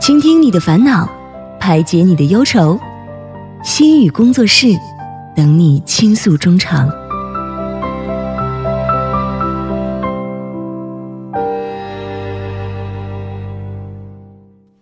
倾听你的烦恼，排解你的忧愁。心语工作室，等你倾诉衷肠。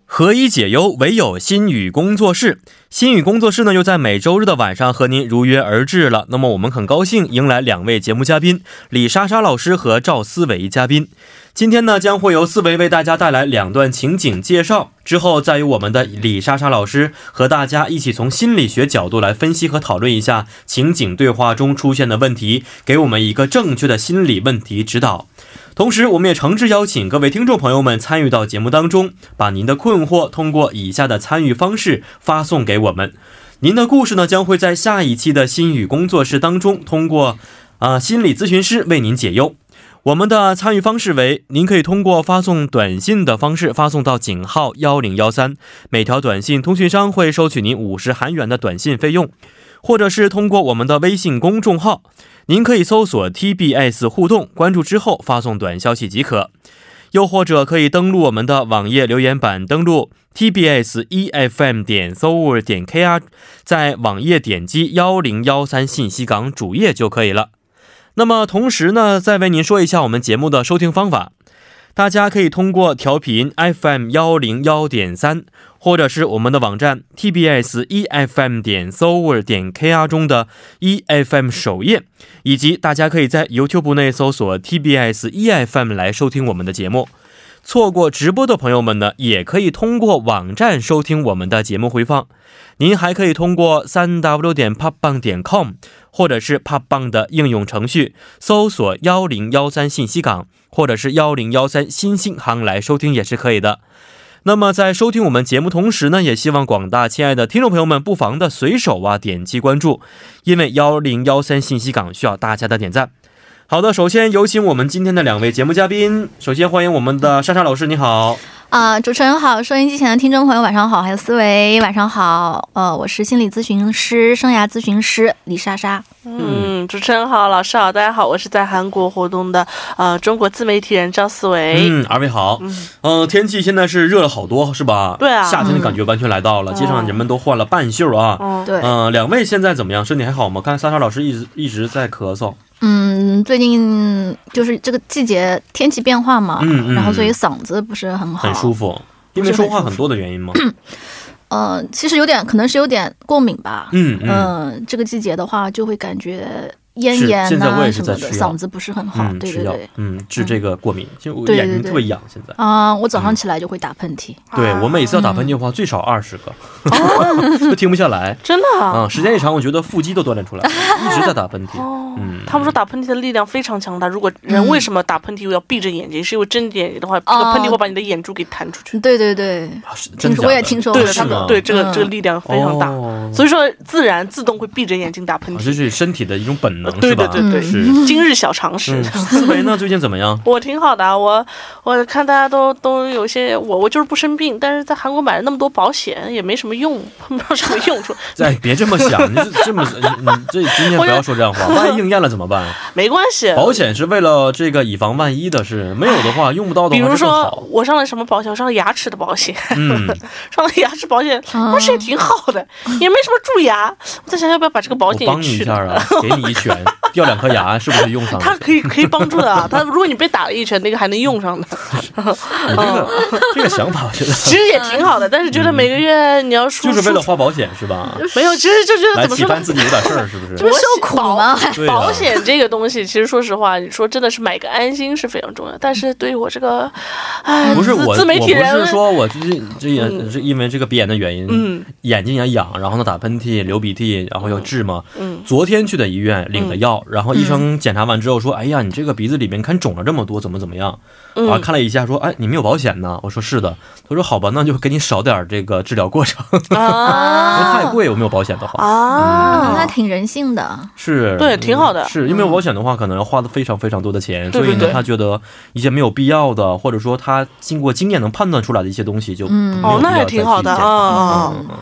何以解忧，唯有心语工作室。心语工作室呢，又在每周日的晚上和您如约而至了。那么我们很高兴迎来两位节目嘉宾，李莎莎老师和赵思维嘉宾。今天呢，将会由思维为大家带来两段情景介绍，之后再由我们的李莎莎老师和大家一起从心理学角度来分析和讨论一下情景对话中出现的问题，给我们一个正确的心理问题指导。同时，我们也诚挚邀请各位听众朋友们参与到节目当中，把您的困惑通过以下的参与方式发送给我们。您的故事呢，将会在下一期的心语工作室当中，通过啊、心理咨询师为您解忧。我们的参与方式为：您可以通过发送短信的方式发送到井号幺零幺三，每条短信通讯商会收取您五十韩元的短信费用，或者是通过我们的微信公众号，您可以搜索 TBS 互动，关注之后发送短消息即可。又或者可以登录我们的网页留言板，登录 tbs efm E 点 s o u r 点 kr，在网页点击幺零幺三信息港主页就可以了。那么同时呢，再为您说一下我们节目的收听方法。大家可以通过调频 FM 幺零幺点三，或者是我们的网站 TBS EFM E 点 s o u r 点 KR 中的 EFM 首页，以及大家可以在 YouTube 内搜索 TBS EFM E 来收听我们的节目。错过直播的朋友们呢，也可以通过网站收听我们的节目回放。您还可以通过三 w 点 p o p b a n g 点 com 或者是 p o p b a n g 的应用程序搜索幺零幺三信息港或者是幺零幺三新星行来收听也是可以的。那么在收听我们节目同时呢，也希望广大亲爱的听众朋友们不妨的随手啊点击关注，因为幺零幺三信息港需要大家的点赞。好的，首先有请我们今天的两位节目嘉宾。首先欢迎我们的莎莎老师，你好。啊、主持人好，收音机前的听众朋友晚上好，还有思维晚上好，呃，我是心理咨询师、生涯咨询师李莎莎。嗯嗯，主持人好，老师好，大家好，我是在韩国活动的呃中国自媒体人赵思哎维。嗯，二位好。嗯嗯、天气现在是热了好多，是吧？对啊夏天的感觉完全来到了，嗯街上人们都换了半袖啊。嗯，哦对，嗯、两位现在怎么样？身体还好吗？看莎莎老师一直一直在咳嗽。嗯，最近就是这个季节天气变化嘛，嗯嗯然后所以嗓子不是很好，很舒服。服，因为说话很多的原因吗？呃，其实有点可能是有点过敏吧。嗯嗯、嗯这个季节的话就会感觉咽是炎现在呐、我也是什在么的，吃药嗓子不是很好。嗯，对吃对药对，，嗯，治这个过敏，就我对对眼睛对特别痒，现在。啊、我早上嗯起来就会打喷嚏。对我每啊次要打喷嚏的话，最少二十个，哦 就停不下来。真的啊啊，时间一长，我觉得腹肌都锻炼出来 了，一直在打喷嚏。哦嗯他们说打喷嚏的力量非常强大。如果人嗯为什么打喷嚏要闭着眼睛？是因为睁着眼睛的话，这个哦喷嚏会把你的眼珠给弹出去。对对对，啊是真的假听说的我也听说对过是他这吗们，个，对这个嗯这个力量非常大，哦所以说自然自动会闭着眼睛打喷啊嚏。这是身体的一种本能，对是吧？对对对是。今日小常识。嗯，思维呢？最近怎么样？ 我挺好的啊，我我看大家都都有些我我就是不生病，但是在韩国买了那么多保险也没什么用， 碰不到什么用处，哎，别这么想，你这这么，你你这今天不要说这样话，万一应验了怎么办？没关系。保险是为了这个以防万一的是，没有的话用不到的话哎比如就更说好。我上了什么保险，我上了牙齿的保险， 嗯，上了牙齿保险，啊但是也挺好的，也没什么蛀牙。我在想要不要把这个保我险帮也你一去下了。啊，给你一拳，掉两颗牙，是不是用上它了？可以可以帮助 的啊，它如果你被打了一拳，那个还能用上的，你这个这个想法，我觉得嗯其实也挺好嗯的。但是觉得每个月你要输就是为了出花保险是吧？ 没有，其实就觉得来怎么期说呢盼？自己有点事儿，是不这是？不受苦吗？对啊保险这个东西，其实说实话，你说真的是买个安心是非常重要。但是对于我这个，哎，不是自我，我自媒体人，不是说我最近这也嗯是因为这个鼻炎的原因，嗯眼睛也痒，然后呢打喷嚏、流鼻涕，然后要治嘛。嗯昨天去的医院领的药，然后医生检查完之后说：“哎呀，你这个鼻子里面看肿了这么多，怎么怎么样？”然后嗯，看了一下说：“哎，你没有保险呢？”我说：“是的。”他说：“好吧，那就给你少点儿这个治疗过程，因为啊太贵，我没有保险的话啊，嗯那挺人性的。是对挺好的嗯是因为保险的话可能要花的非常非常多的钱，对所以对呢，对他觉得一些没有必要的，或者说他经过经验能判断出来的一些东西就嗯没有哦必那要还再挺去好的检查啊嗯嗯嗯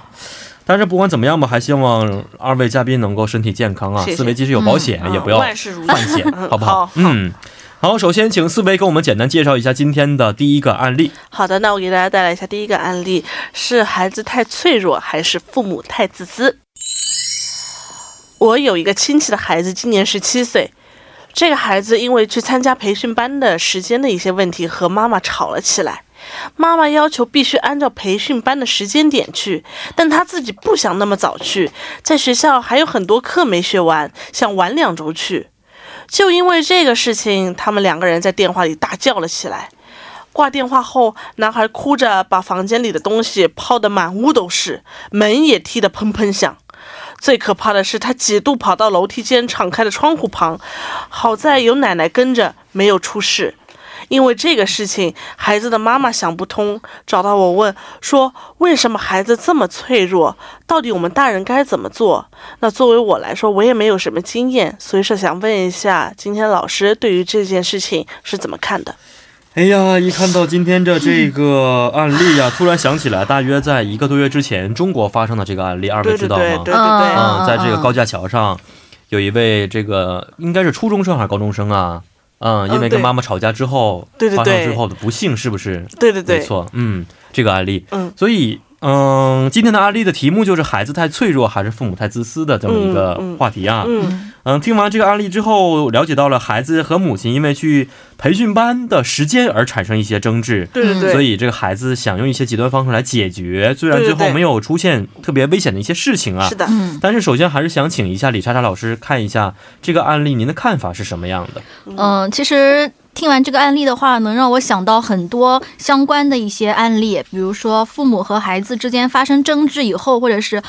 但是不管怎么样吧，还希望二位嘉宾能够身体健康啊！谢谢思维即使有保险，嗯哎也不要 万事如意犯险，好不好？好嗯。好，首先请思维给我们简单介绍一下今天的第一个案例。好的，那我给大家带来一下第一个案例：是孩子太脆弱，还是父母太自私？我有一个亲戚的孩子，今年十七岁。这个孩子因为去参加培训班的时间的一些问题，和妈妈吵了起来。妈妈要求必须按照培训班的时间点去，但他自己不想那么早去，在学校还有很多课没学完，想晚两周去。就因为这个事情，他们两个人在电话里大叫了起来。挂电话后，男孩哭着把房间里的东西抛得满屋都是，门也踢得砰砰响。最可怕的是，他几度跑到楼梯间敞开的窗户旁，好在有奶奶跟着，没有出事。因为这个事情，孩子的妈妈想不通，找到我问说：“为什么孩子这么脆弱？到底我们大人该怎么做？”那作为我来说，我也没有什么经验，所以说想问一下，今天老师对于这件事情是怎么看的？哎呀，一看到今天的这个案例呀、突然想起来，大约在一个多月之前，中国发生的这个案例，二对位对知道吗？对对对嗯对，嗯，在这个高架桥上，有一位这个应该是初中生还是高中生啊？嗯，因为嗯对跟妈妈吵架之后，对对发对生之后的不幸是不是？对对没对，错，嗯，这个案例，嗯所以。嗯，今天的案例的题目就是孩子太脆弱还是父母太自私的这么一个嗯嗯话题啊。嗯，嗯，听完这个案例之后，了解到了孩子和母亲因为去培训班的时间而产生一些争执，对对嗯对，所以这个孩子想用一些极端方式来解决，虽然对最对后对没有出现特别危险的一些事情啊是，的，嗯，但是首先还是想请一下李莎莎老师看一下这个案例，您的看法是什么样的？嗯，其实听完这个案例的话，能让我想到很多相关的一些案例，比如说父母和孩子之间发生争执以后，或者是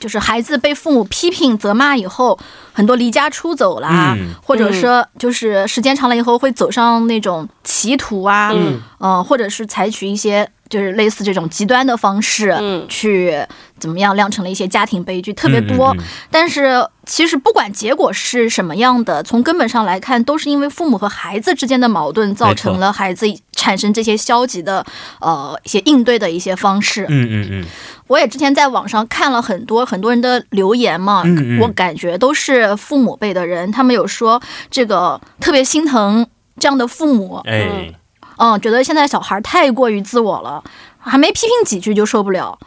就是孩子被父母批评责骂以后，很多离家出走啦，嗯或者说就是时间长了以后会走上那种歧途啊，嗯呃或者是采取一些就是类似这种极端的方式，嗯去怎么样酿成了一些家庭悲剧，特别多。嗯嗯嗯但是其实不管结果是什么样的，从根本上来看，都是因为父母和孩子之间的矛盾造成了孩子产生这些消极的呃一些应对的一些方式。嗯嗯嗯，我也之前在网上看了很多很多人的留言嘛，嗯嗯我感觉都是父母辈的人，他们有说这个特别心疼这样的父母，哎，嗯，觉得现在小孩太过于自我了，还没批评几句就受不了。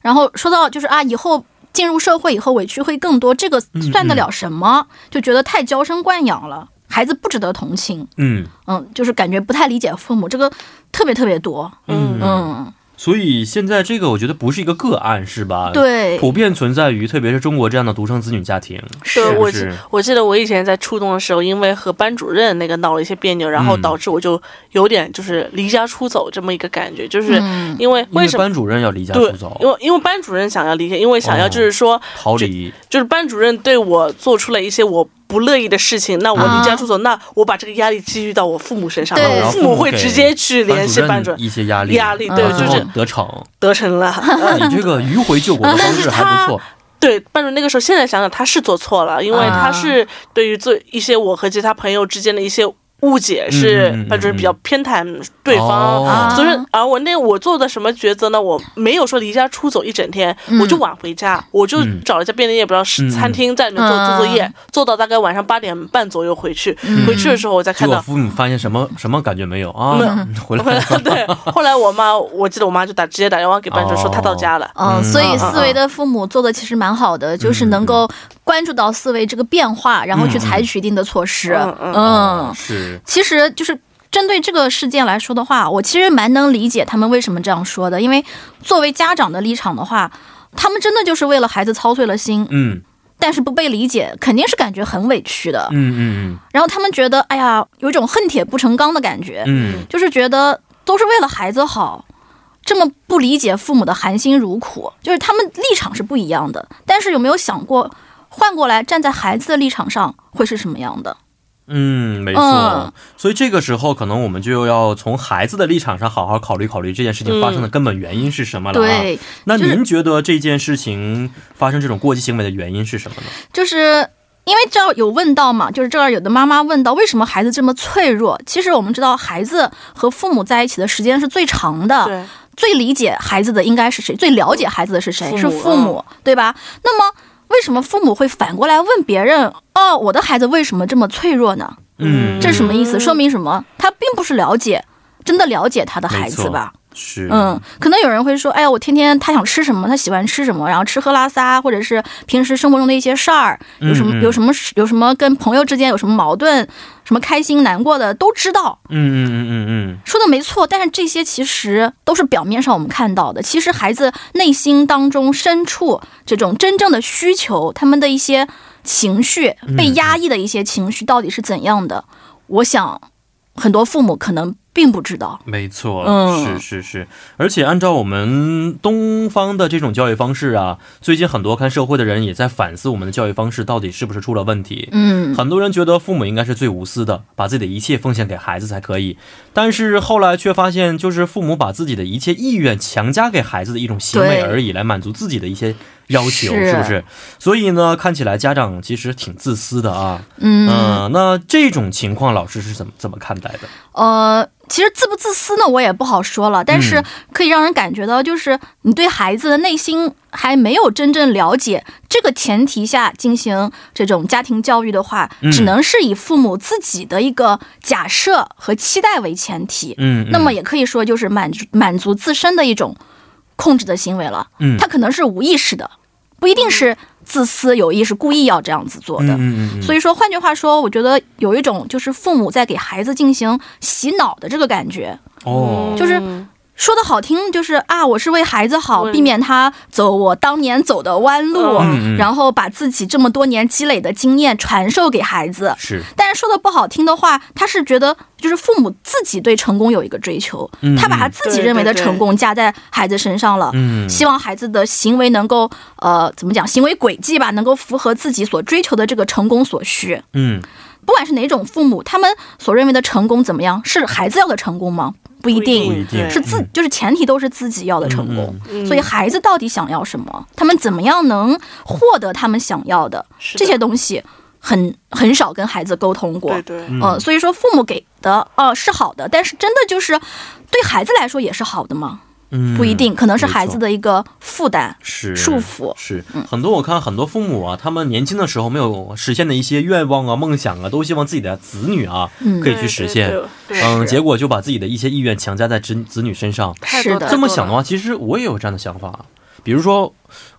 然后说到就是啊，以后进入社会以后委屈会更多，这个嗯算得了什么？就觉得太娇生惯养了，孩子不值得同情。嗯嗯，就是感觉不太理解父母，这个特别特别多。嗯嗯，嗯，所以现在这个我觉得不是一个个案，是吧？。呃对，普遍存在于，特别是中国这样的独生子女家庭，对，是我不记是？我记得我以前在初中的时候，因为和班主任那个闹了一些别扭，然后嗯导致我就有点就是离家出走这么一个感觉，就是嗯因为因为为什么？班主任要离家对出走，，因为因为班主任想要离家，因为想要哦就是说，逃离，就是班主任对我做出了一些我不乐意的事情，那我啊离家出走，那我把这个压力积聚到我父母身上，对我然后父父母母会给直接去联系班主任，一些压力，压力然对后最就是后得逞。得逞了。那你这个迂回救国的方式还不错，对，班主任那个时候，现在想想他是做错了，因为啊他是对于做一些我和其他朋友之间的一些误解，是嗯嗯嗯班主任比较偏袒对方。哦所以说，而我那我做的什么抉择呢？我没有说离家出走一整天，嗯我就晚回家，我就嗯找了一家便利店，不知道是嗯嗯餐厅，在里面做嗯做作业，做到大概晚上八点半左右回去。嗯回去的时候我再结看果到，父母发现什么什么感觉没有啊？回来后来 对，后来我妈，我记得我妈就打直接打电话给班主任说哦她到家了。嗯，嗯所以嗯思维的父母做的其实蛮好的，就是能够关注到思维这个变化，然后去采取一定的措施。嗯嗯嗯是，其实就是针对这个事件来说的话，我其实蛮能理解他们为什么这样说的，因为作为家长的立场的话，他们真的就是为了孩子操碎了心，嗯但是不被理解，肯定是感觉很委屈的。嗯嗯然后他们觉得，哎呀，有一种恨铁不成钢的感觉，嗯就是觉得都是为了孩子好。这么不理解父母的含辛茹苦，就是他们立场是不一样的。但是有没有想过，换过来站在孩子的立场上会是什么样的？嗯，没嗯错。所以这个时候，可能我们就要从孩子的立场上好好考虑考虑这件事情发生的根本原因是什么了啊。对，那就是您觉得这件事情发生这种过激行为的原因是什么呢？就是因为这儿有问到嘛，就是这儿有的妈妈问到为什么孩子这么脆弱。其实我们知道，孩子和父母在一起的时间是最长的，对，最理解孩子的应该是谁，最了解孩子的是谁，父母嗯是父母，对吧？那么为什么父母会反过来问别人，哦，我的孩子为什么这么脆弱呢？嗯，这是什么意思？说明什么？他并不是了解，真的了解他的孩子吧？是，嗯，可能有人会说，哎呀，我天天他想吃什么，他喜欢吃什么，然后吃喝拉撒，或者是平时生活中的一些事儿，嗯有什么嗯有什么有什么跟朋友之间有什么矛盾，什么开心难过的都知道，嗯嗯嗯嗯说的没错。但是这些其实都是表面上我们看到的，其实孩子内心当中深处这种真正的需求，他们的一些情绪被压抑的一些情绪到底是怎样的，我想很多父母可能并不知道。嗯，没错，是嗯是是，而且按照我们东方的这种教育方式啊，最近很多看社会的人也在反思我们的教育方式到底是不是出了问题。嗯，很多人觉得父母应该是最无私的，把自己的一切奉献给孩子才可以，但是后来却发现，就是父母把自己的一切意愿强加给孩子的一种行为对而已，来满足自己的一些要求，是是不是？所以呢，看起来家长其实挺自私的啊。嗯嗯，那这种情况老师是怎么怎么看待的？呃，其实自不自私呢，我也不好说了，但是嗯可以让人感觉到，就是你对孩子的内心还没有真正了解。这个前提下进行这种家庭教育的话，嗯只能是以父母自己的一个假设和期待为前提。嗯，那么嗯也可以说，就是满足满足自身的一种控制的行为了。嗯他可能是无意识的，不一定是自私有意识故意要这样子做的。嗯嗯嗯，所以以说，换句话说，我觉得有一种就是父母在给孩子进行洗脑的这个感觉。嗯哦，就是说的好听，就是啊，我是为孩子好，嗯避免他走我当年走的弯路，嗯嗯然后把自己这么多年积累的经验传授给孩子。是，但是说的不好听的话，他是觉得就是父母自己对成功有一个追求，嗯他把他嗯自己认为的对对对成功加在孩子身上了。嗯，希望孩子的行为能够，呃，怎么讲，行为轨迹吧，能够符合自己所追求的这个成功所需。嗯不管是哪种父母，他们所认为的成功怎么样，是孩子要的成功吗？不一不不定，一定对是自嗯就是前提都是自己要的成功。嗯所以孩子到底想要什么，他们怎么样能获得他们想要的是的这些东西很，很少跟孩子沟通过。对对，嗯呃，所以说父母给的呃是好的，但是真的就是对孩子来说也是好的吗？嗯不一定，可能是孩没错子的一个负担。是束缚是很多我看很多父母啊，他们年轻的时候没有实现的一些愿望啊、梦想啊，都希望自己的子女啊、嗯可以去实现。对对对嗯，是结果就把自己的一些意愿强加在子子女身上。太是多的太这么多想的了话，其实我也有这样的想法，比如说。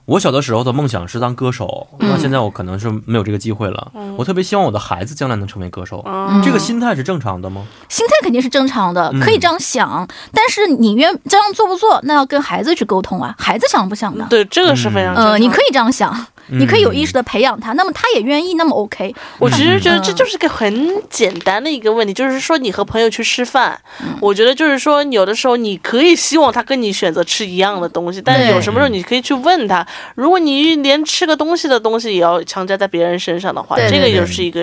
我小的时候的梦想是当歌手，嗯那现在我可能是没有这个机会了。我特别希望我的孩子将来能成为歌手，嗯这个心态是正常的吗？心态肯定是正常的，可以这样想，但是你愿这样做不做，那要跟孩子去沟通啊，孩子想不想呢？对，这个是非嗯常嗯呃，你可以，以这样想，你可以有意识的培养他，那么他也愿意，那么 OK。我其实觉得嗯这就是个很简单的一个问题，就是说你和朋友去吃饭，嗯我觉得就是说有的时候你可以希望他跟你选择吃一样的东西，但是有什么时候你可以去问他，如果你连吃个东西的东西也要强加在别人身上的话，对这个对对就是一个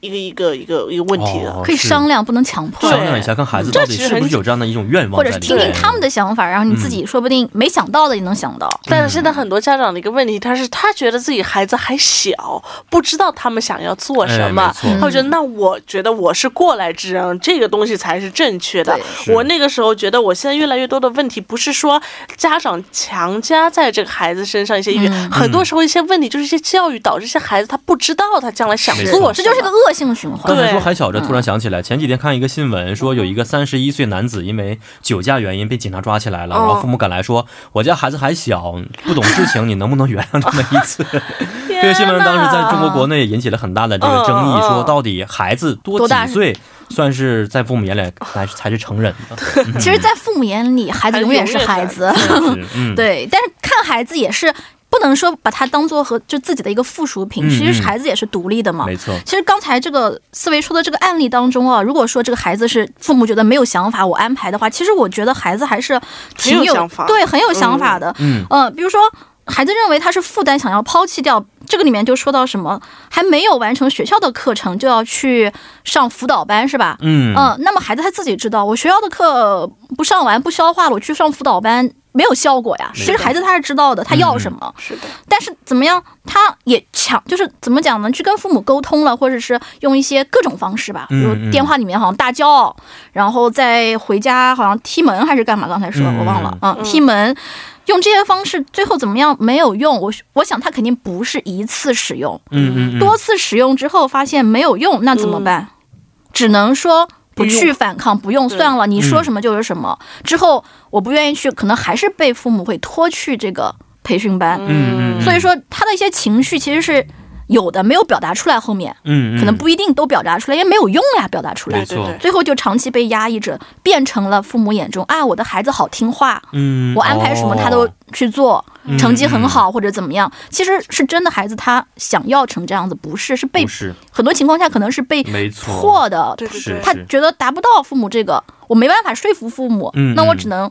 一个一个一个一个问题了。哦可以是商量，不能强迫对，商量一下，看孩子到底这其实是不很是有这样的一种愿望或在者里是面，听听他们的想法，然后你自己说不定没想到的也能想到。但是现在很多家长的一个问题，他是他觉得自己孩子还小，不知道他们想要做什么哎没，错嗯他会觉得那我觉得我是过来之人，这个东西才是正确的对。是我那个时候觉得，我现在越来越多的问题不是说家长强加在这个孩子身上一些意愿，嗯很多时候一些问题就是一些教育导致一些孩子他不知道他将来想没做错什这么，就是个恶性循环。刚才说对还小着，嗯突然想起来，前几天看一个新闻，说有一个三十一岁男子因为酒驾原因被警察抓起来了，嗯哦然后父母赶来说：“我家孩子还小，不懂事情，你能不能原谅他们一次？” 这个新闻当时在中国国内也引起了很大的这个争嗯议，嗯嗯说到底孩子多哦多大几岁算是在父母眼里才才是成人的？其实，在父母眼里，孩子永远是孩子。 是嗯，对，但是看孩子也是不能说把他当做和就自己的一个附属品，嗯其嗯实孩子也是独立的嘛。没错，其实刚才这个思维说的这个案例当中啊，如果说这个孩子是父母觉得没有想法，我安排的话，其实我觉得孩子还是挺很有想法对，很有想法的。嗯呃，比如说孩子认为他是负担，想要抛弃掉，这个里面就说到什么还没有完成学校的课程就要去上辅导班，是吧？嗯嗯、那么孩子他自己知道，我学校的课不上完不消化了，我去上辅导班没有效果嗯呀。其实孩子他是知道的，他要什么。是的，但是怎么样，他也强，就是怎么讲呢？去跟父母沟通了，或者是用一些各种方式吧，比嗯如嗯电话里面好像大叫，然后再回家好像踢门还是干嘛？刚才说嗯我忘了，嗯，踢门。用这些方式，最后怎么样没有用？我我想他肯定不是一次使用，嗯嗯嗯，多次使用之后发现没有用，那怎么办？只能说不不用去反抗，不用对算了，你说嗯什么就是什么。之后我不愿意去，可能还是被父母会拖去这个培训班。嗯嗯，所以说他的一些情绪其实是有的，没有表达出来，后面嗯，嗯可能不一定都表达出来，因为没有用呀，表达出没来。错，对最后就长期被压抑着，变成了父母眼中啊，我的孩子好听话，嗯，我安排什么他都去做，嗯成绩很好或者怎么样。其实是真的孩子他想要成这样子，不是是被不是，很多情况下可能是被没错，迫的，对对是对，他觉得达不到父母这个，我没办法说服父母，嗯那我嗯只能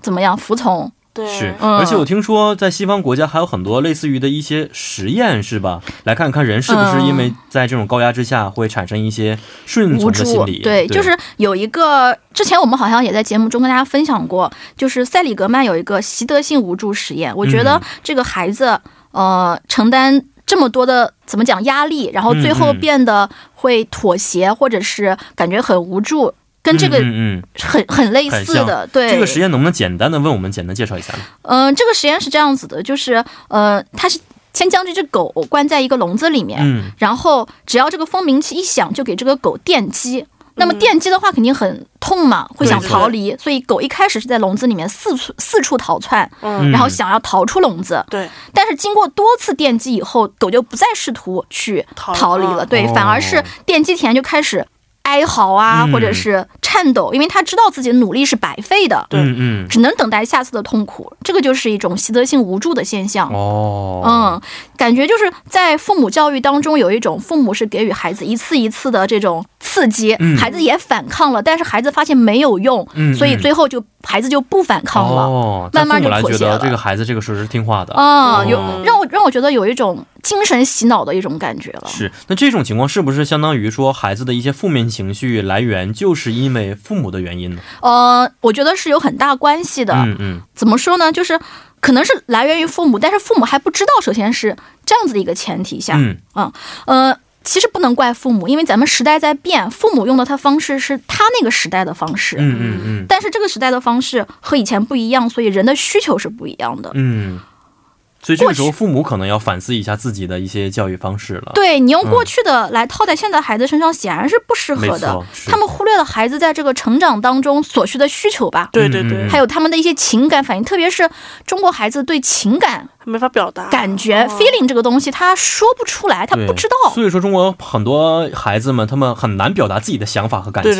怎么样服从？对是，嗯而且我听说在西方国家还有很多类似于的一些实验，是吧？来看看人是不是嗯因为在这种高压之下会产生一些顺从无的助心理。，对，就是有一个之前我们好像也在节目中跟大家分享过，就是塞里格曼有一个习得性无助实验，我觉得嗯这个孩子呃承担这么多的怎么讲压力，然后最后嗯嗯变得会妥协，或者是感觉很无助，跟这个嗯嗯嗯很很类很似的，对这个实验能不能简单的为我们简单介绍一下呢？嗯、这个实验是这样子的，就是呃，他是先将这只狗关在一个笼子里面，嗯，然后只要这个蜂鸣器一响，就给这个狗电击。那么嗯电击的话，肯定很痛嘛，会想逃离，所以狗一开始是在笼子里面四处四处逃窜，嗯，然后想要逃出笼子。对，但是经过多次电击以后，狗就不再试图去逃逃离啊了，对哦，反而是电击前就开始哀嚎啊，嗯或者是颤抖，因为它知道自己的努力是白费的，对嗯嗯，只能等待下次的痛苦。这个就是一种习得性无助的现象。哦，嗯，感觉就是在父母教育当中，有一种父母是给予孩子一次一次的这种刺激，嗯孩子也反抗了，但是孩子发现没有用，嗯嗯所以最后就孩子就不反抗了。哦，慢慢在父母来就妥觉协得了这个孩子这个时候是听话的。嗯，有哦让我让我觉得有一种精神洗脑的一种感觉了。是，那这种情况是不是相当于说孩子的一些负面情绪来源就是因为父母的原因呢？呃，我觉得是有很大关系的。嗯嗯，怎么说呢？就是可能是来源于父母，但是父母还不知道。首先是这样子的一个前提下，嗯，呃，其实不能怪父母，因为咱们时代在变，父母用的他方式是他那个时代的方式，嗯嗯嗯但是这个时代的方式和以前不一样，所以人的需求是不一样的。嗯，所以这个时候过父母可能要反思一下自己的一些教育方式了。，对你用嗯过去的来套在现在孩子身上，显然是不适没合的错。是他们忽略了孩子在这个成长当中所需的需求吧，对对嗯对，还有他们的一些情感反应，特别是中国孩子对情感没法表达感觉、哦 feeling 这个东西，他说不出来，他对不知道。所以说，中国有很多孩子们他们很难表达自己的想法和感情。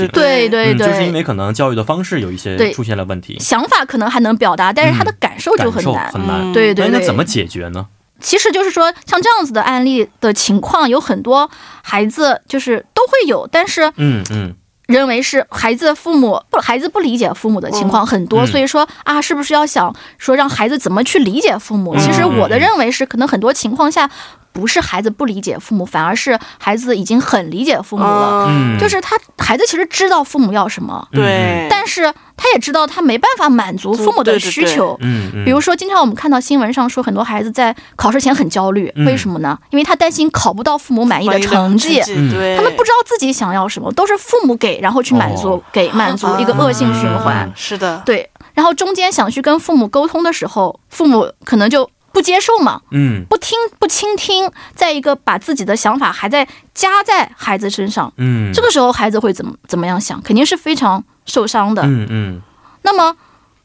对对对对嗯，对，就是因为可能教育的方式有一些对出现了问题，想法可能还能表达，但是他的嗯感受就感很受难。很难。嗯对那对哎那对，怎么解决呢？其实就是说，像这样子的案例的情况有很多，孩子就是都会有，但是嗯嗯，认为是孩子父母不孩子不理解父母的情况很多，嗯所以说啊，是不是要想说让孩子怎么去理解父母？嗯其实我的认为是，可能很多情况下不是孩子不理解父母，反而是孩子已经很理解父母了，嗯，嗯，就是他孩子其实知道父母要什么，嗯对，但是他也知道他没办法满足父母的对对对需求，嗯嗯，比如说，经常我们看到新闻上说，很多孩子在考试前很焦虑，嗯为什么呢？因为他担心考不到父母满意的成绩，嗯对，他们不知道自己想要什么，都是父母给，然后去满足，哦给满足一个恶性循环。嗯是的，对，然后中间想去跟父母沟通的时候，父母可能就不接受嘛，嗯不听不倾听，再一个把自己的想法还在加在孩子身上，嗯，这个时候孩子会怎么怎么样想？肯定是非常受伤的。嗯嗯那么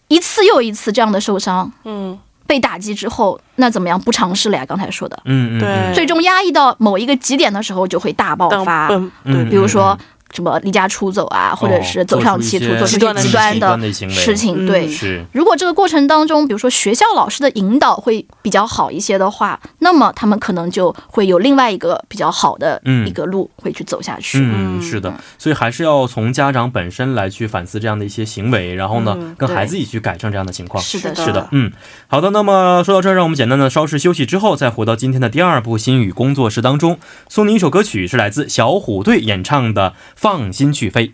一次又一次这样的受伤，嗯，被打击之后，那怎么样？不尝试了呀，刚才说的，嗯嗯，对最终压抑到某一个极点的时候，就会大爆当发。本嗯哦对比如说什么离家出走啊，或者是走上歧途，做做出出一些一些极极端端的的行为事情。嗯对，是如果这个过程当中，比如说学校老师的引导会比较好一些的话，那么他们可能就会有另外一个比较好的嗯一个路会去走下去。嗯，是的，所以还是要从家长本身来去反思这样的一些行为，然后呢，嗯跟孩对子一起去改正这样的情况。是的，是是是的。的，嗯，好的。那么说到这儿，让我们简单的稍事休息之后，再回到今天的第二部心语工作室当中，送您一首歌曲，是来自小虎队演唱的《放心去飞》。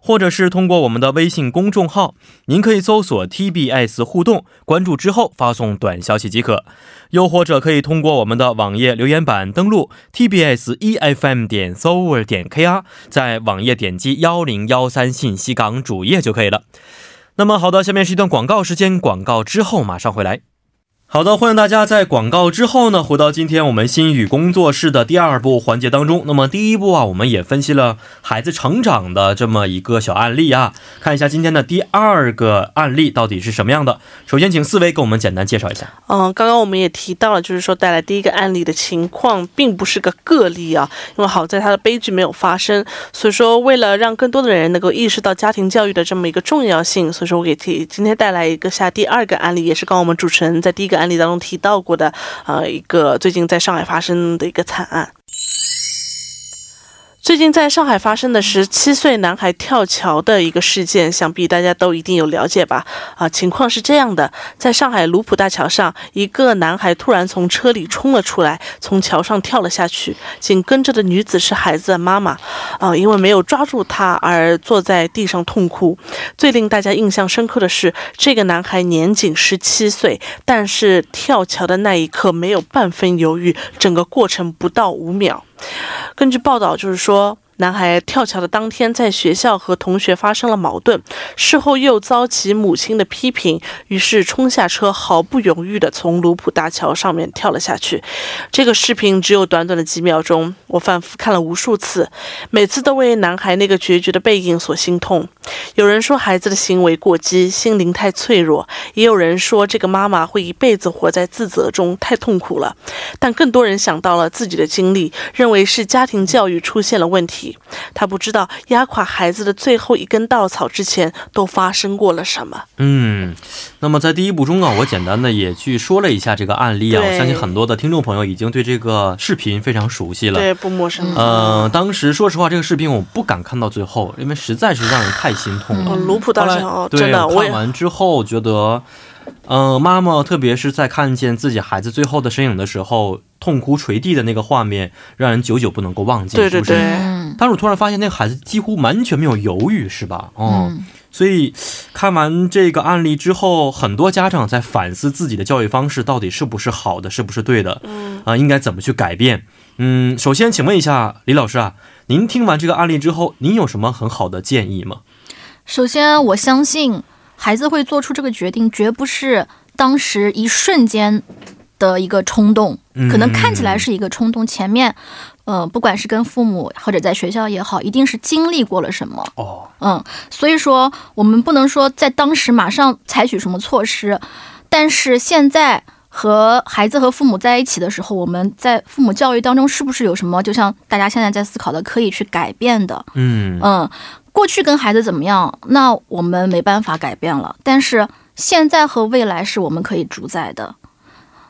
或者是通过我们的微信公众号，您可以搜索 TBS 互动，关注之后发送短消息即可。又或者可以通过我们的网页留言板登录 tbs efm E 点 s o v e r 点 kr，在网页点击幺零幺三信息港主页就可以了。那么好的，下面是一段广告时间，广告之后马上回来。好的，欢迎大家在广告之后呢，回到今天我们心语工作室的第二部环节当中。那么第一步啊，我们也分析了孩子成长的这么一个小案例啊，看一下今天的第二个案例到底是什么样的。首先，请四位给我们简单介绍一下。嗯，刚刚我们也提到了，就是说带来第一个案例的情况并不是个个例啊，因为好在它的悲剧没有发生，所以说为了让更多的人能够意识到家庭教育的这么一个重要性，所以说我给提今天带来一个下第二个案例，也是刚刚我们主持人在第一个案例当中提到过的，呃，一个最近在上海发生的一个惨案。最近在上海发生的十七岁男孩跳桥的一个事件，想必大家都一定有了解吧？啊，情况是这样的，在上海卢浦大桥上，一个男孩突然从车里冲了出来，从桥上跳了下去，紧跟着的女子是孩子的妈妈，啊，因为没有抓住他而坐在地上痛哭。最令大家印象深刻的是，这个男孩年仅十七岁，但是跳桥的那一刻没有半分犹豫，整个过程不到五秒。根据报道，就是说，男孩跳桥的当天，在学校和同学发生了矛盾，事后又遭其母亲的批评，于是冲下车，毫不犹豫地从卢浦大桥上面跳了下去。这个视频只有短短的几秒钟，我反复看了无数次，每次都为男孩那个决绝的背影所心痛。有人说孩子的行为过激，心灵太脆弱；也有人说这个妈妈会一辈子活在自责中，太痛苦了。但更多人想到了自己的经历，认为是家庭教育出现了问题。他不知道压垮孩子的最后一根稻草之前都发生过了什么。嗯，那么在第一部中啊，我简单的也去说了一下这个案例啊，对我相信很多的听众朋友已经对这个视频非常熟悉了。对，不陌生。呃，当时说实话，这个视频我不敢看到最后，因为实在是让人太心痛了。哦，卢浦后大来桥对真的，我我看也完之后觉得，呃，妈妈特别是在看见自己孩子最后的身影的时候，痛哭垂地的那个画面，让人久久不能够忘记。对是对不是对，嗯，但是我突然发现那个孩子几乎完全没有犹豫，是吧？哦、嗯所以看完这个案例之后，很多家长在反思自己的教育方式到底是不是好的，是不是对的，嗯，啊、应该怎么去改变。嗯，首先请问一下李老师啊，您听完这个案例之后，您有什么很好的建议吗？首先我相信孩子会做出这个决定，绝不是当时一瞬间的一个冲动，嗯可能看起来是一个冲动，前面。呃，不管是跟父母或者在学校也好，一定是经历过了什么，哦，嗯，所以说我们不能说在当时马上采取什么措施，但是现在和孩子和父母在一起的时候，我们在父母教育当中是不是有什么，就像大家现在在思考的，可以去改变的？嗯嗯，过去跟孩子怎么样，那我们没办法改变了，但是现在和未来是我们可以主宰的。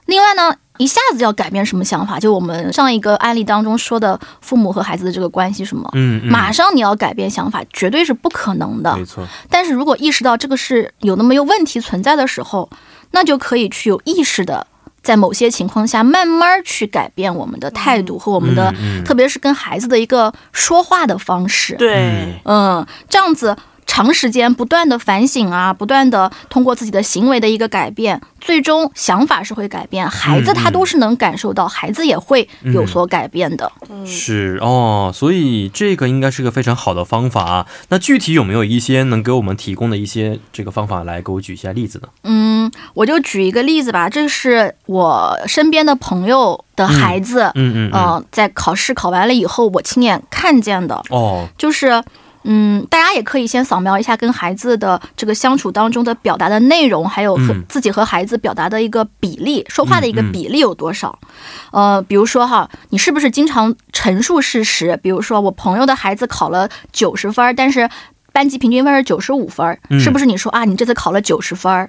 另外呢，一下子要改变什么想法，就我们上一个案例当中说的父母和孩子的这个关系，什么？嗯，嗯马上你要改变想法，绝对是不可能的没。错，但是如果意识到这个是有那么有问题存在的时候，那就可以去有意识的，在某些情况下慢慢去改变我们的态度和我我们的，嗯特别是跟孩子的一个说话的方式。对，嗯，这样子长时间不断的反省啊，不断的通过自己的行为的一个改变，最终想法是会改变，孩子他都是能感受到，孩子也会有所改变的。嗯是哦，所以这个应该是个非常好的方法啊。那具体有没有一些能给我们提供的一些这个方法来给我举一下例子呢？嗯，我就举一个例子吧，这是我身边的朋友的孩子，嗯嗯嗯、嗯，在考试考完了以后，我亲眼看见的，哦，就是。嗯，大家也可以先扫描一下跟孩子的这个相处当中的表达的内容，还有和嗯自己和孩子表达的一个比例，说话的一个嗯嗯比例有多少？呃，比如说哈，你是不是经常陈述事实？比如说我朋友的孩子考了九十分儿，但是班级平均分是九十五分儿，嗯是不是你说啊，你这次考了九十分儿，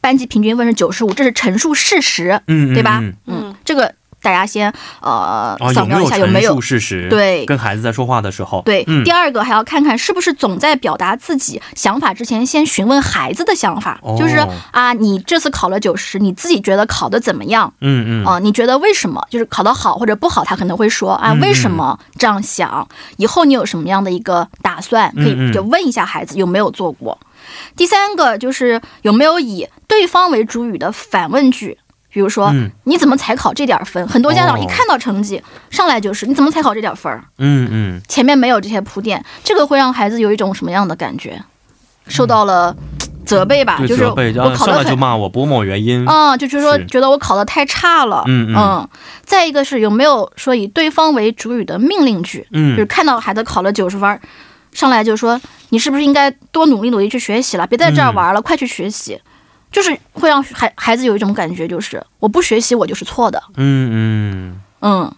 班级平均分是九十五，这是陈述事实，嗯，嗯对吧？嗯嗯，这个大家先呃啊，扫有没描一有下有没陈有述事实？对跟孩子在说话的时候，对、嗯第，二个还要看看是不是总在表达自己想法之前，先询问孩子的想法，哦就是啊，你这次考了九十，你自己觉得考的怎么样？嗯嗯，哦、你觉得为什么？就是考得好或者不好，他可能会说啊嗯，为什么这样想？以后你有什么样的一个打算？可嗯嗯以就问一下孩子有没有做过。第三个就是有没有以对方为主语的反问句。比如说嗯，你怎么才考这点儿分？很多家长哦一看到成绩，上来就是你怎么才考这点儿分儿？嗯嗯，前面没有这些铺垫，这个会让孩子有一种什么样的感觉？受到了嘖责备吧，嗯对就是责备，我啊考上得来就很，骂我不某原因，嗯，就就是说是觉得我考得太差了，嗯嗯再一个是有没有说以对方为主语的命令句，就是嗯，看到孩子考了九十分儿，上来就说你是不是应该多努力努力去学习了，别在这儿嗯玩了，快去学习，就是会让孩孩子有一种感觉，就是我不学习我就是错的，嗯嗯，嗯，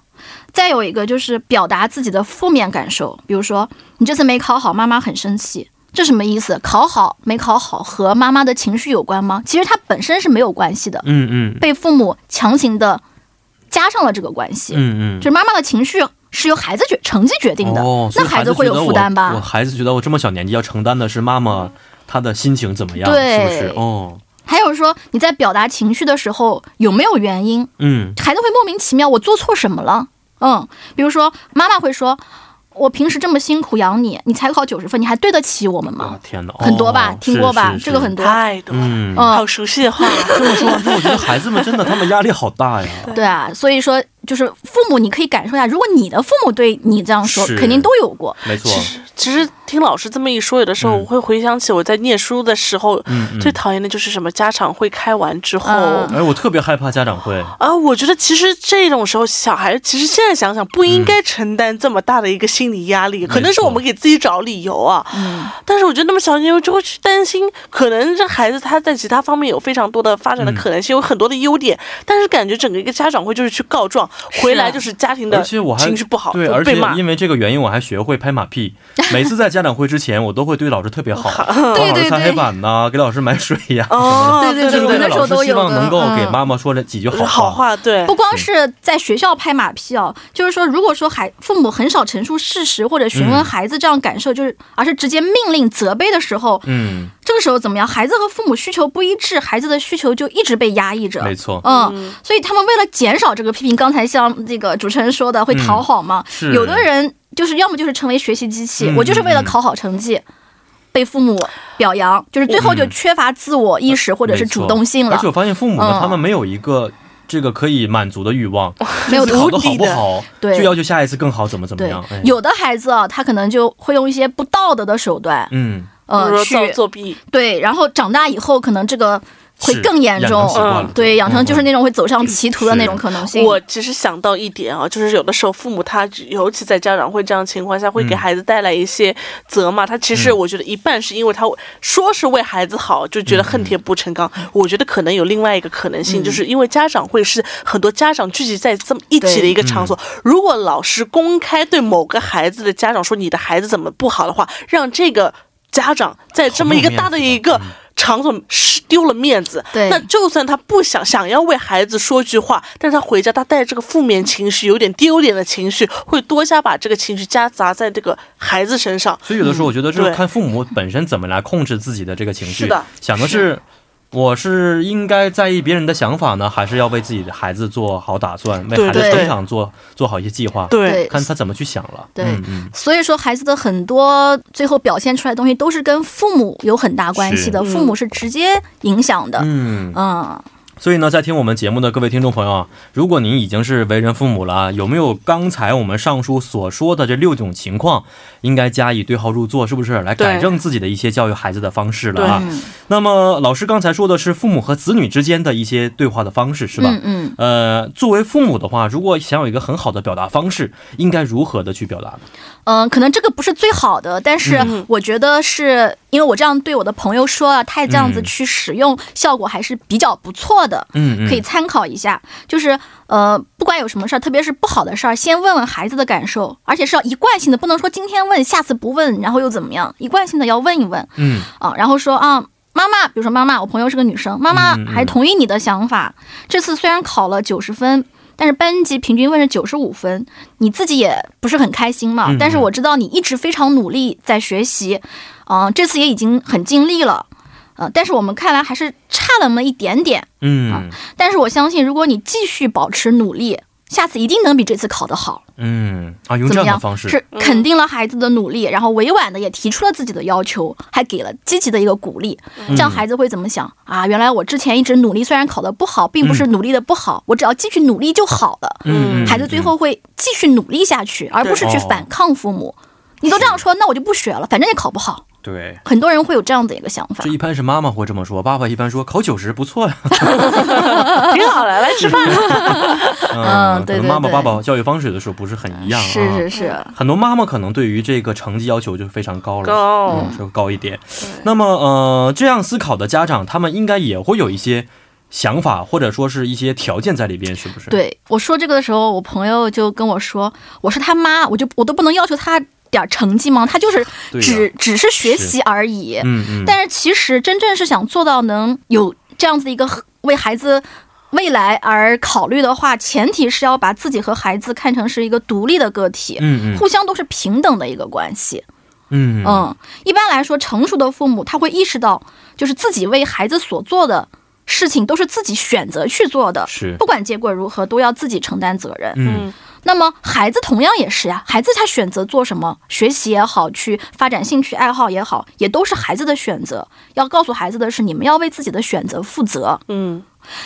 再有一个就是表达自己的负面感受，比如说你这次没考好，妈妈很生气，这什么意思？考好没考好和妈妈的情绪有关吗？其实它本身是没有关系的，嗯嗯，被父母强行的加上了这个关系，嗯嗯就。是妈妈的情绪是由孩子决成绩决定的，哦、所以那孩子会有觉得负担我？我吧？孩子觉得我这么小年纪要承担的是妈妈她的心情怎么样，对是不是？哦，还有说你在表达情绪的时候有没有原因？嗯孩子会莫名其妙，我做错什么了？嗯，比如说妈妈会说，我平时这么辛苦养你，你才考九十分，你还对得起我们哇啊吗？天哪，啊很多吧哦，听过吧是？是这个很多。太多了，嗯。 嗯好熟悉的话，这么说，那我觉得孩子们真的，他们压力好大呀。对啊，所以说就是父母，你可以感受一下，如果你的父母对你这样说，是肯定都有过。没错， 其实听老师这么一说，有的时候嗯我会回想起我在念书的时候，嗯嗯最讨厌的就是什么家长会开完之后。嗯哎，我特别害怕家长会。啊，我觉得其实这种时候，小孩其实现在想想不嗯应该承担这么大的一个心理压力，可能是我们给自己找理由啊。嗯，但是我觉得那么小年纪就会去担心，可能这孩子他在其他方面有非常多的发嗯展的可能性，有很多的优点，但是感觉整个一个家长会就是去告状，回来就是家庭的啊而且我还情绪不好，对，就而且被骂。因为这个原因，我还学会拍马屁。每次在家长会之前，我都会对老师特别好， 帮对老师对擦黑对板呐、给老师买水呀、哦，对对对就是为我了那时候老师都希有望的能够给嗯妈妈说了几句就是好话。话，对不，光是在学校拍马屁哦，就是说，如果说孩父母很少陈述事实或者询问嗯孩子这样感受，就是而是直接命令责备的时候，嗯，这个时候怎么样？孩子和父母需求不一致，孩子的需求就一直被压抑着。没错，嗯，所以他们为了减少这个批评，刚才像这个主持人说的，会嗯讨好嘛？是有的人就是要么就是成为学习机器，嗯我就是为了考好成绩，被父母表扬，就是最后就缺乏自我意识或者是没错主动性而了且，我发现父母呢，嗯他们没有一个这个可以满足的欲望，没有自己考的无好底不的好，对就要求下一次更好，怎么怎么对样。哎，有的孩子啊，他可能就会用一些不道德的手段，嗯，比如呃，说去造作弊，对，然后长大以后可能这个会是更严养成重习惯嗯了对，养成就是嗯那种会走上歧途的是那种可能性。我其实想到一点啊，就是有的时候父母他尤其在家长会这样情况下，会给嗯孩子带来一些责骂。他其实嗯我觉得一半是因为他说是为孩子好，就觉得恨铁不成嗯钢。我觉得可能有另外一个可能性，就是因为家长会是很多家长聚集在这么一起的一个场所。如果老师公开对某个孩子的家长说你的孩子怎么不好的话，让这个家长在这么一个好没有面子大的吧一个嗯。 场所是丢了面子，对那就算他不想想要为孩子说句话，但是他回家，他带着这个负面情绪，有点丢脸的情绪，会多加把这个情绪夹杂在这个孩子身上。所以有的时候我觉得，就嗯是对看父母本身怎么来控制自己的这个情绪。是的想的是，我是应该在意别人的想法呢，还是要为自己的孩子做好打算，为对孩子对成长做做好一些计划？，对，对看他怎么去想了。对嗯嗯，所以说，孩子的很多最后表现出来的东西都是跟父母有很大关系的，是父母是直接影响的。嗯，嗯，所以呢，在听我们节目的各位听众朋友啊，如果您已经是为人父母了啊，有没有刚才我们上述所说的这六种情况，应该加以对号入座，是不是来对改正自己的一些教育孩子的方式了啊对？嗯那么老师刚才说的是父母和子女之间的一些对话的方式，是吧？嗯嗯，呃，作为父母的话，如果想有一个很好的表达方式，应该如何的去表达呢？嗯、可能这个不是最好的，但是嗯我觉得是因为我这样对我的朋友说了，他也这样子嗯去使用，效果还是比较不错的。嗯嗯，可以参考一下，就是呃，不管有什么事儿，特别是不好的事儿，先问问孩子的感受，而且是要一贯性的，不能说今天问，下次不问，然后又怎么样，一贯性的要问一问。嗯，啊，然后说啊，妈妈，比如说妈妈，我朋友是个女生，妈妈嗯嗯嗯还同意你的想法。这次虽然考了九十分，但是班级平均分是九十五分，你自己也不是很开心嘛。嗯但是我知道你一直非常努力在学习，嗯、这次也已经很尽力了，呃，但是我们看来还是差了那么一点点。嗯但是我相信，如果你继续保持努力，下次一定能比这次考得好。嗯啊，用怎这样的么样？方式，嗯是肯定了孩子的努力，然后委婉的也提出了自己的要求，还给了积极的一个鼓励。嗯这样孩子会怎么想啊？原来我之前一直努力，虽然考得不好，并不是努力的不好，我只要继续努力就好了。嗯嗯，嗯孩子最后会继续努力下去，而不是去哦反抗父母。你都这样说，那我就不学了，反正也考不嗯好。对。很多人会有这样的一个想法这。一般是妈妈会这么说，爸爸一般说考九十不错呀。挺好的，来吃 饭。嗯对可能对妈妈对爸爸教育方式有的时候不是很一样啊。是是是，很多妈妈可能对于这个成绩要求就非常高了，高 哦嗯，就高一点。那么呃，这样思考的家长，他们应该也会有一些想法，或者说是一些条件在里边，是不是？，对我说这个的时候，我朋友就跟我说，我是他妈，我就我都不能要求他点儿成绩吗？他就是 对呀只、只是学是习而已。嗯嗯。但是其实真正是想做到能有这样子一个很为孩子未来而考虑的话，前提是要把自己和孩子看成是一个独立的个体。嗯嗯互相都是平等的一个关系，嗯嗯嗯，一般来说，成熟的父母他会意识到，就是自己为孩子所做的事情都是自己选择去做的，是不管结果如何，都要自己承担责任。嗯那么孩子同样也是呀，孩子他选择做什么，学习也好，去发展兴趣爱好也好，也都是孩子的选择。要告诉孩子的是，你们要为自己的选择负责。嗯，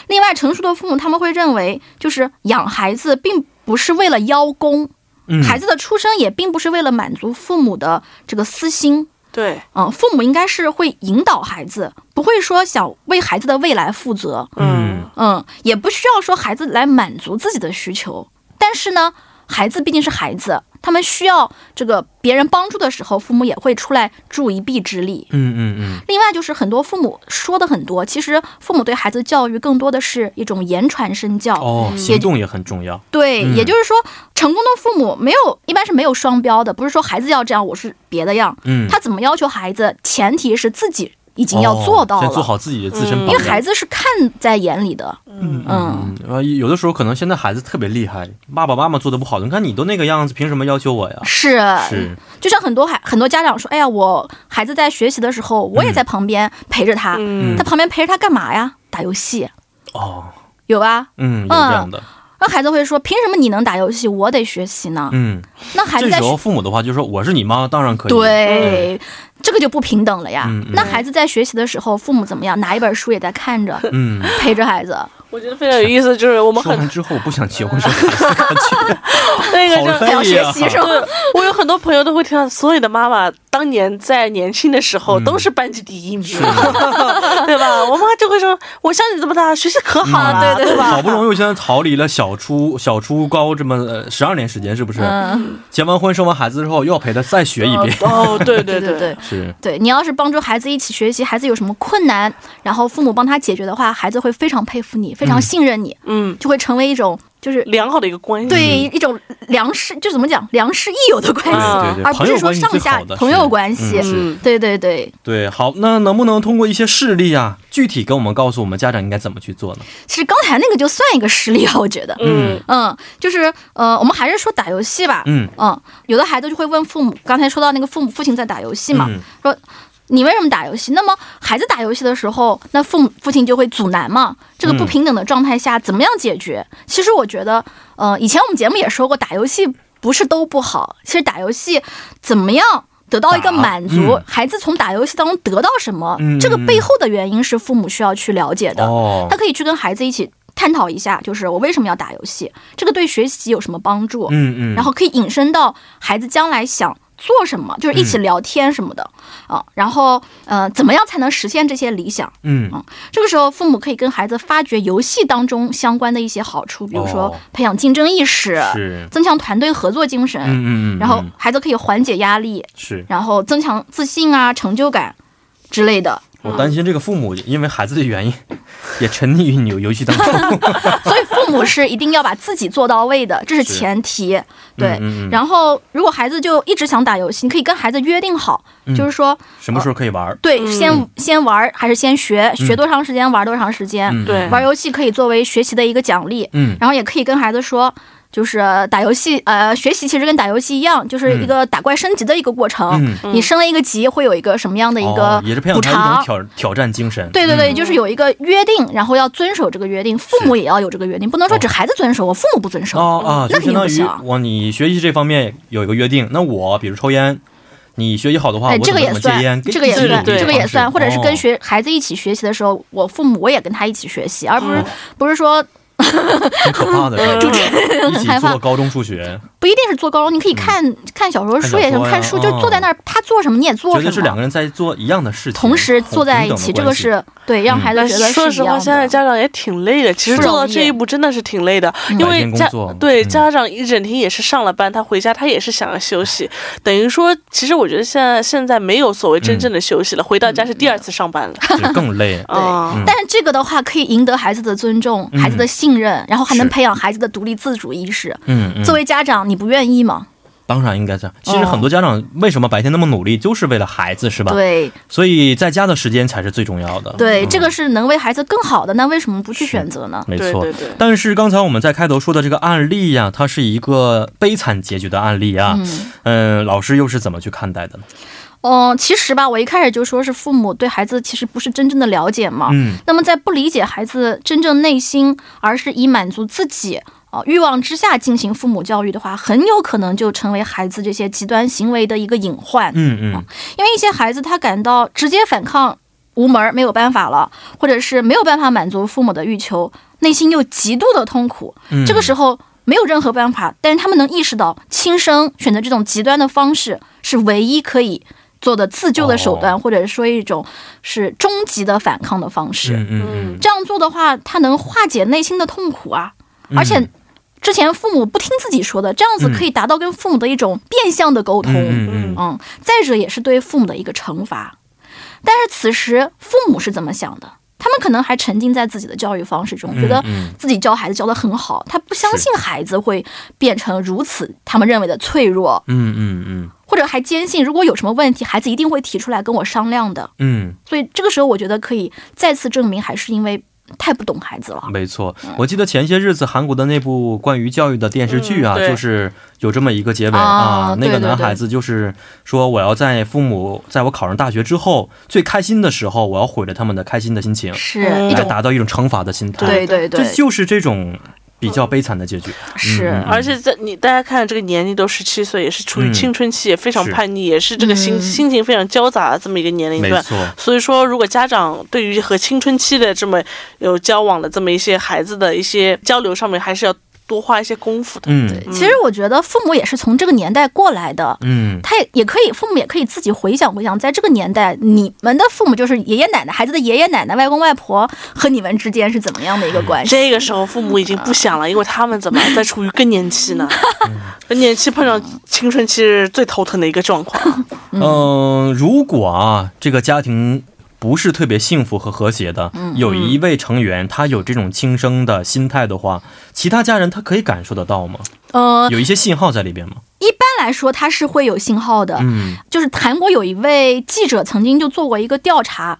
另外，成熟的父母他们会认为，就是养孩子并不是为了邀功，嗯，孩子的出生也并不是为了满足父母的这个私心。对，嗯，父母应该是会引导孩子，不会说想为孩子的未来负责。嗯嗯，也不需要说孩子来满足自己的需求，但是呢，孩子毕竟是孩子，他们需要这个别人帮助的时候，父母也会出来助一臂之力。嗯嗯嗯另外就是很多父母说的很多，其实父母对孩子教育更多的是一种言传身教。哦，行动也很重要。对，嗯也就是说，成功的父母没有一般是没有双标的，不是说孩子要这样，我是别的样。嗯，他怎么要求孩子，前提是自己已经要做到哦了，先做好自己的自身嗯榜样。因为孩子是看在眼里的。嗯嗯嗯嗯啊，有的时候可能现在孩子特别厉害，爸爸妈妈做的不好，你看你都那个样子，凭什么要求我呀？是，是，就像很多孩很多家长说，哎呀，我孩子在学习的时候，我也在旁边陪着他，嗯他旁边陪着他干嘛呀？打游戏，哦，有吧？嗯，有这样的，那孩子会说，凭什么你能打游戏，我得学习呢？嗯，那孩这子在时候学父母的话就说我是你妈，当然可以，，对。这个就不平等了呀、嗯嗯嗯那孩子在学习的时候，父母怎么样？拿一本书也在看 着，嗯，陪着孩子。我觉得非常有意思，就是我们说 很完之后不想结婚生孩 子的感觉，那个好累啊呀 就还要学习是吧对，我有很多朋友都会听到，所有的妈妈当年在年轻的时嗯候都是班级第一名， 对吧？我妈就会说：“我像你这么大，学习可好了，嗯对对吧？”好不容易我现在逃离了小初、小初高这么呃十二年时间，是不是？嗯，结完婚生完孩子之后又要陪他再学一 遍，哦，对对对对， 是，对你要是帮助孩子一起学习，孩子有什么困难，然后父母帮他解决的话，孩子会非常佩服你，非常信任你，嗯，就会成为一种就是嗯良好的一个关系，对一种良师，就怎么讲，良师益友的关系，对对对，而嗯啊不朋是友说关系上最下好的朋友关系。是嗯是对对对，对，好，那能不能通过一些事例啊，具体跟我们告诉我们家长应该怎么去做呢？其实刚才那个就算一个实例啊，我觉得，嗯，嗯，就是呃，我们还是说打游戏吧，嗯嗯，有的孩子就会问父母，刚才说到那个父母父亲在打游戏嘛，嗯说你为什么打游戏？那么孩子打游戏的时候，那父母父亲就会阻拦嘛。这个不平等的状态下，怎么样解决？其实我觉得，呃，以前我们节目也说过，打游戏不是都不好，其实打游戏怎么样？得到一个打满足，嗯孩子从打游戏当中得到什么、嗯这个背后的原因是父母需要去了解的。哦嗯他，可以去跟孩子一起探讨一下，就是我为什么要打游戏，这个对学习有什么帮助？嗯嗯，然后可以引申到孩子将来想做什么，就是一起聊天什么的、啊。然后呃，怎么样才能实现这些理想？嗯这个时候，父母可以跟孩子发掘游戏当中相关的一些好处，比如说哦培养竞争意识，是，增强团队合作精神。嗯嗯嗯，然后嗯嗯孩子可以缓解压力，是，然后增强自信啊、成就感之类的。我担心这个父母因为孩子的原因，也沉溺于游游戏当中。 所以父母是一定要把自己做到位的，这是前提。对、嗯嗯嗯然后如果孩子就一直想打游戏，你可以跟孩子约定好，嗯就是说，什么时候可以玩儿？对，先先玩儿还是先学，学多长时间玩多长时间。嗯，对玩游戏可以作为学习的一个奖励，嗯然后也可以跟孩子说，就是打游戏，呃，学习其实跟打游戏一样，就是一个打怪升级的一个过程。嗯，你升了一个级，会有一个什么样的一个哦、也是培补养他偿？一种挑挑战精神。对对嗯，对，就是有一个约定，然后要遵守这个约定，父母也要有这个约定，不能说只孩子遵守，我父母不遵守。哦哦啊，那就肯定相当不于行我你学习这方面有一个约定，那我比如抽烟，你学习好的话，哎，哦我这怎个么也怎么戒算，烟，跟这个也自己对算，努力这个也尝算，试或者是跟。哦学孩子一起学习的时候，我父母我也跟他一起学习，而不哦是、嗯不是说很可怕的 是，主持人一很起害怕做高中数学，不一定是做高中，你可以看、看小说、嗯看书小也行说，呀啊看书、哦就坐在那儿，他做什么你也做觉什得是两么，个人在做一样的事情，同时坐在一很平起，等的这关个系嗯是对让孩子但觉是得说是实一话，样现在的。家长也挺累的。其实是做到容易这一步真的是挺累的，因白为天工家作对嗯家长一整天也是上了班，他回家他也是想要休息。等于说，其实我觉得现在现在没有所谓真正的休息了，回到家是第二次上班了。就更 累。对啊，嗯但是这个的话，可以赢得孩子的尊重、嗯孩子的信任，然后还是能培养孩子的独立自主意识。嗯，嗯作为家长，你不愿意吗？当然应该这样。其实很多家长为什么白天那么努力，就是为了孩子，是吧？哦对所以在家的时间才是最重要的。对、嗯这个是能为孩子更好的，那为什么不去选择呢？没对错对。对。但是刚才我们在开头说的这个案例呀、它是一个悲惨结局的案例啊。嗯嗯，老师又是怎么去看待的呢？嗯，其实吧，我一开始就说是父母对孩子其实不是真正的了解嘛。嗯那么在不理解孩子真正内心，而是以满足自己啊、呃欲望之下进行父母教育的话，很有可能就成为孩子这些极端行为的一个隐患。嗯嗯，因为一些孩子他感到直接反抗无门儿，没有办法了，或者是没有办法满足父母的欲求，内心又极度的痛苦，嗯啊这个时候没有任何办法，但是他们能意识到轻生选择这种极端的方式是唯一可以做的自救的手段，哦或者说一种是终极的反抗的方式。嗯嗯这样做的话，他能化解内心的痛苦啊，嗯，而且。之前父母不听自己说的，这样子嗯可以达到跟父母的一种变相的沟通。嗯嗯嗯嗯，再者也是对父母的一个惩罚。但是此时父母是怎么想的？他们可能还沉浸在自己的教育方式中，嗯，啊觉得嗯自己教孩子教得很好，他不相信孩子会变成如此他们认为的脆弱，嗯嗯嗯或者还坚信如果有什么问题，孩子一定会提出来跟我商量的。嗯所以这个时候，我觉得可以再次证明，还是因为太不懂孩子了嗯，。没错。我记得前些日子韩国的那部关于教育的电视剧啊，嗯对就是有这么一个结尾啊啊，那个对对男孩子就是说我要在父母在我考上大学之后最开心的时候，我要毁了他们的开心的心情，是嗯一来种达到一种惩罚的心态。对对对这，就是这种比较悲惨的结局。是嗯嗯而且在你大家看这个年龄都十七岁，也是处于嗯青春期，也非常是叛逆，也是这个心嗯心情非常交杂的这么一个年龄没段。错，所以说，如果家长对于和青春期的这么有交往的这么一些孩子的一些交流上面，还是要多花一些功 夫的。嗯对。其实我觉得父母也是从这个年代过来的，嗯，他也也可以，父母也可以自己回想回想，在这个年代，你们的父母就是爷爷奶奶、孩子的爷爷奶奶、外公外婆和你们之间是怎么样的一个关系？这个时候父母已经不想了，因为他们怎么在处于更年 期呢？更年期碰上青春期是最头疼的一个状 况。嗯、如果啊，这个家庭不是特别幸福和和谐的，嗯有一位成员他有这种轻生的心态的话，其他家人他可以感受得到吗？呃，有一些信号在里边吗？一般来说，它是会有信号的。嗯就是韩国有一位记者曾经就做过一个调查，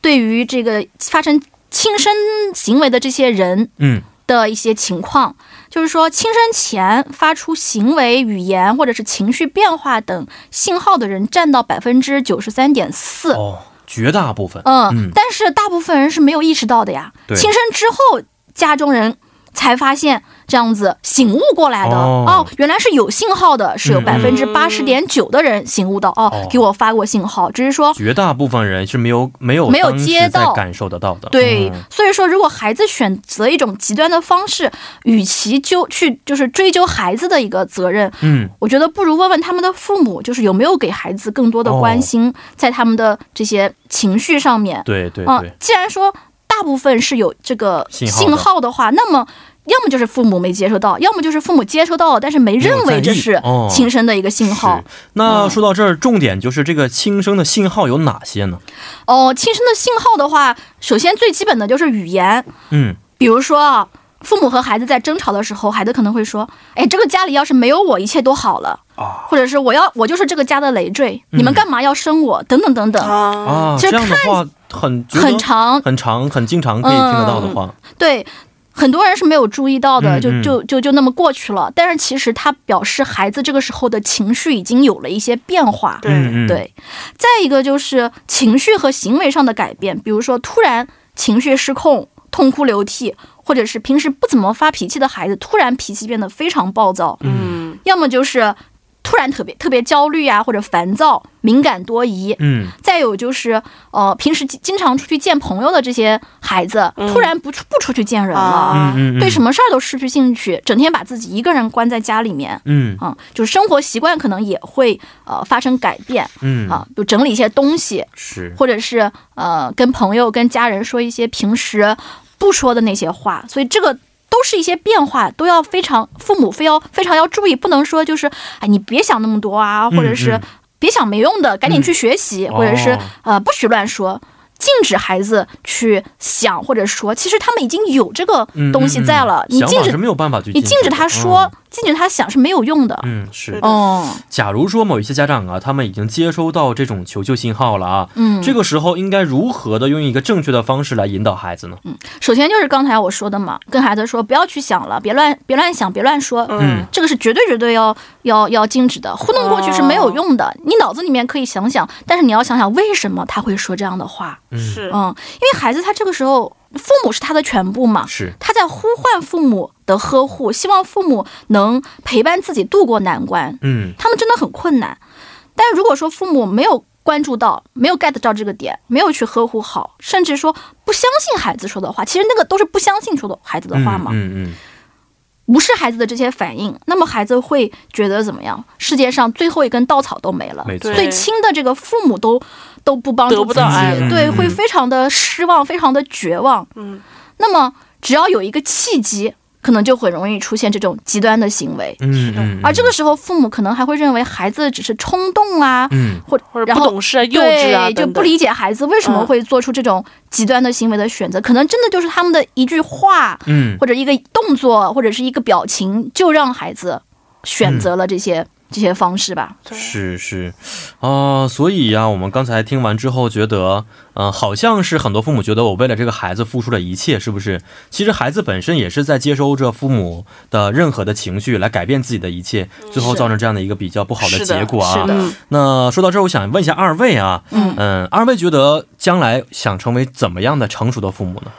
对于这个发生轻生行为的这些人嗯的一些情况，就是说轻生前发出行为、语言或者是情绪变化等信号的人占到百分之九十三点四。哦，绝大部分嗯嗯，但是大部分人是没有意识到的呀。对轻生之后，家中人才发现这样子醒悟过来的。哦嗯原来是有信号的，是有百分之八十点九的人醒悟到、哦嗯哦，给我发过信号，只是说。绝大部分人是没有没有没有当时接到在感受得到的。对嗯，所以说，如果孩子选择一种极端的方式，与其就去就是追究孩子的一个责任，嗯我觉得不如问问他们的父母，就是有没有给孩子更多的关心，在他们的这些情绪上面。对对嗯对，，既然说大部分是有这个信号的信号的话，那么要么就是父母没接收到，要么就是父母接收到了，但是没认为这没有是在意哦轻生的一个信号。嗯是那说到这儿，重点就是这个轻声的信号有哪些呢？哦，轻生的信号的话，首先最基本的就是语言，嗯，比如说啊，父母和孩子在争吵的时候，孩子可能会说：“哎，这个家里要是没有我，一切都好了。”啊嗯或者是我要我就是这个家的累赘，你们干嘛要生我？等等等等，啊，啊，嗯其这样实的话很觉得很长，嗯很长，很经常可以听得到的话，对。很多人是没有注意到的，嗯就嗯就就就那么过去了。但是其实他表示孩子这个时候的情绪已经有了一些变化，对嗯嗯，对，再一个就是情绪和行为上的改变，比如说突然情绪失控、痛哭流涕，或者是平时不怎么发脾气的孩子，突然脾气变得非常暴躁，嗯，要么就是突然特别特别焦虑啊，或者烦躁、敏感多疑。嗯，再有就是，呃，平时经经常出去见朋友的这些孩子，突然不出不出去见人了，啊嗯嗯，对什么？么事儿都失去兴趣，整天把自己一个人关在家里面，嗯嗯，就是生活习惯可能也会呃发生改变。嗯，啊，就整理一些东西，是，或者是呃跟朋友、跟家人说一些平时不说的那些话，所以这个。都是一些变化，都要非常父母非要非常要注意，不能说就是哎你别想那么多啊，或者是嗯别想没用的，赶紧去学习，或者是、哦呃不许乱说，禁止孩子去想或者说，其实他们已经有这个嗯东西在了，嗯嗯你想禁法止是没有办法去，你禁止他说，，禁止他想是没有用的，嗯，是。哦，假如说某一些家长啊，他们已经接收到这种求救信号了啊，嗯，这个时候应该如何的用一个正确的方式来引导孩子呢？首先就是刚才我说的嘛，跟孩子说不要去想了，别乱别乱想，别乱说。嗯这个是绝对绝对要要要禁止的，糊弄过去是没有用的。嗯你脑子里面可以想想，但是你要想想为什么他会说这样的话。嗯，是，嗯，因为孩子他这个时候，父母是他的全部嘛，是，他在呼唤父母的呵护，希望父母能陪伴自己度过难关。嗯他们真的很困难。但如果说父母没有关注到，没有 get 到这个点，没有去呵护好，甚至说不相信孩子说的话，其实那个都是不相信说的孩子的话嘛，嗯嗯无视孩子的这些反应，那么孩子会觉得怎么样？世界上最后一根稻草都没了嗯，，没错，对最亲的这个父母都都不帮助得不自己到爱了，哎对，嗯会非常的失望，非常的绝望。嗯，那么只要有一个契机，可能就很容易出现这种极端的行为。嗯嗯，而这个时候，父母可能还会认为孩子只是冲动啊，嗯或或者然不后懂事啊、幼稚啊对，就等不等。理解孩子为什么嗯会做出这种极端的行为的选择，可能真的就是他们的一句话，嗯或者一个动作，或者是一个表情，就让孩子选择了这些、嗯这些方式吧。对是是，啊、所以呀、我们刚才听完之后觉得，嗯、好像是很多父母觉得我为了这个孩子付出了一切，是不是？其实孩子本身也是在接收着父母的任何的情绪来改变自己的一切，最后是造成这样的一个比较不好的嗯是结果啊。是的嗯那说到这儿，我想问一下二位啊，嗯嗯，二位觉得将来想成为怎么样的成熟的父母呢？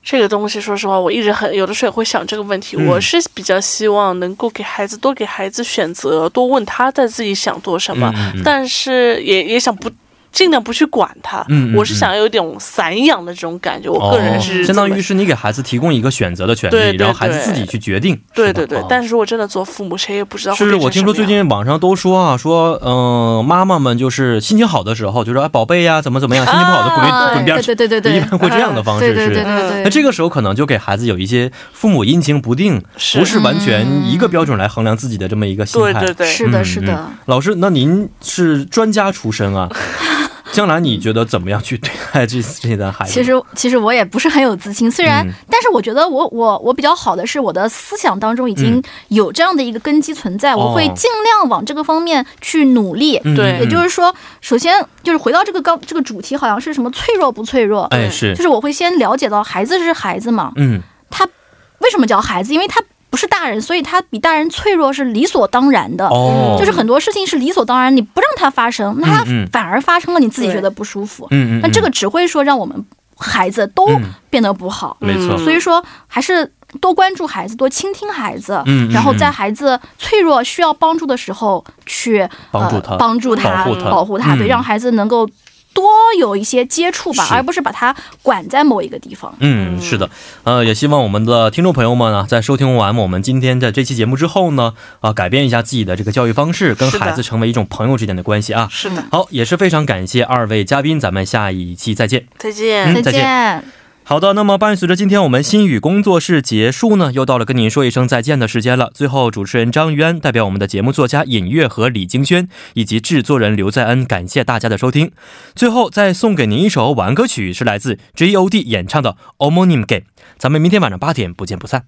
这个东西，说实话，我一直很有的时候也会想这个问题。嗯我是比较希望能够给孩子多给孩子选择，多问他在自己想做什么，嗯嗯嗯但是也也想不尽量不去管他。嗯嗯我是想要有一种散养的这种感觉。我个人是哦、这相么、当于是你给孩子提供一个选择的权利，对对然后孩子对自己去决定。对是吧对对哦。但是我真的做父母，谁也不知道会是变成我听说最什么样近网上都说啊，说嗯、妈妈们就是心情好的时候就说哎宝贝呀、怎么怎么样，心情不好的滚一、啊，滚边对儿去，对对对一对啊般。会这样的方式对是。嗯对对对那对，这个时候可能就给孩子有一些父母阴晴不定，是不是完嗯全一个标准来衡量自己的这么一个心态。对对对，是的，嗯是的。嗯老师，那您是专家出身 啊，将来你觉得怎么样去对待这这些孩子？其，实其实我也不是很有自信，虽然，嗯但是我觉得我我我比较好的是我的思想当中已经嗯有这样的一个根基存在，我会哦尽量往这个方面去努力。嗯、，对也就是是说，首先就是回到这个刚这个主题，好像是什么脆弱不脆弱，哎，是就，是我会先了解到孩子是孩子嘛，嗯他为什么叫孩子？因为他不是大人，所以他比大人脆弱是理所当然的。哦，嗯就是很多事情是理所当然，你不让它发生，那它嗯嗯反而发生了，你自己对觉得不舒服。嗯嗯，那这个嗯只会说让我们孩子都嗯变得不好。没错，嗯所以说，还是多关注孩子，多倾听孩子，嗯嗯然后在嗯孩子脆弱、需要帮助的时候去帮助呃他帮助他，保护他嗯对，让孩子能够多有一些接触吧，是而不是把他管在某一个地方。嗯，是的，呃，也希望我们的听众朋友们呢、在收听完我们今天的这期节目之后呢，啊、改变一下自己的这个教育方式，跟是的孩子成为一种朋友之间的关系啊。是的，好，也是非常感谢二位嘉宾，咱们下一期再见。再见。嗯再见见好的，那么伴随着今天我们心语工作室结束呢，又到了跟您说一声再见的时间了。最后，主持人张渊代表我们的节目作家尹月和李京轩以及制作人刘在恩，感谢大家的收听。最后再送给您一首晚安歌曲，是来自 G.O.D 演唱的《Omonim Game》。咱们明天晚上八点不见不散。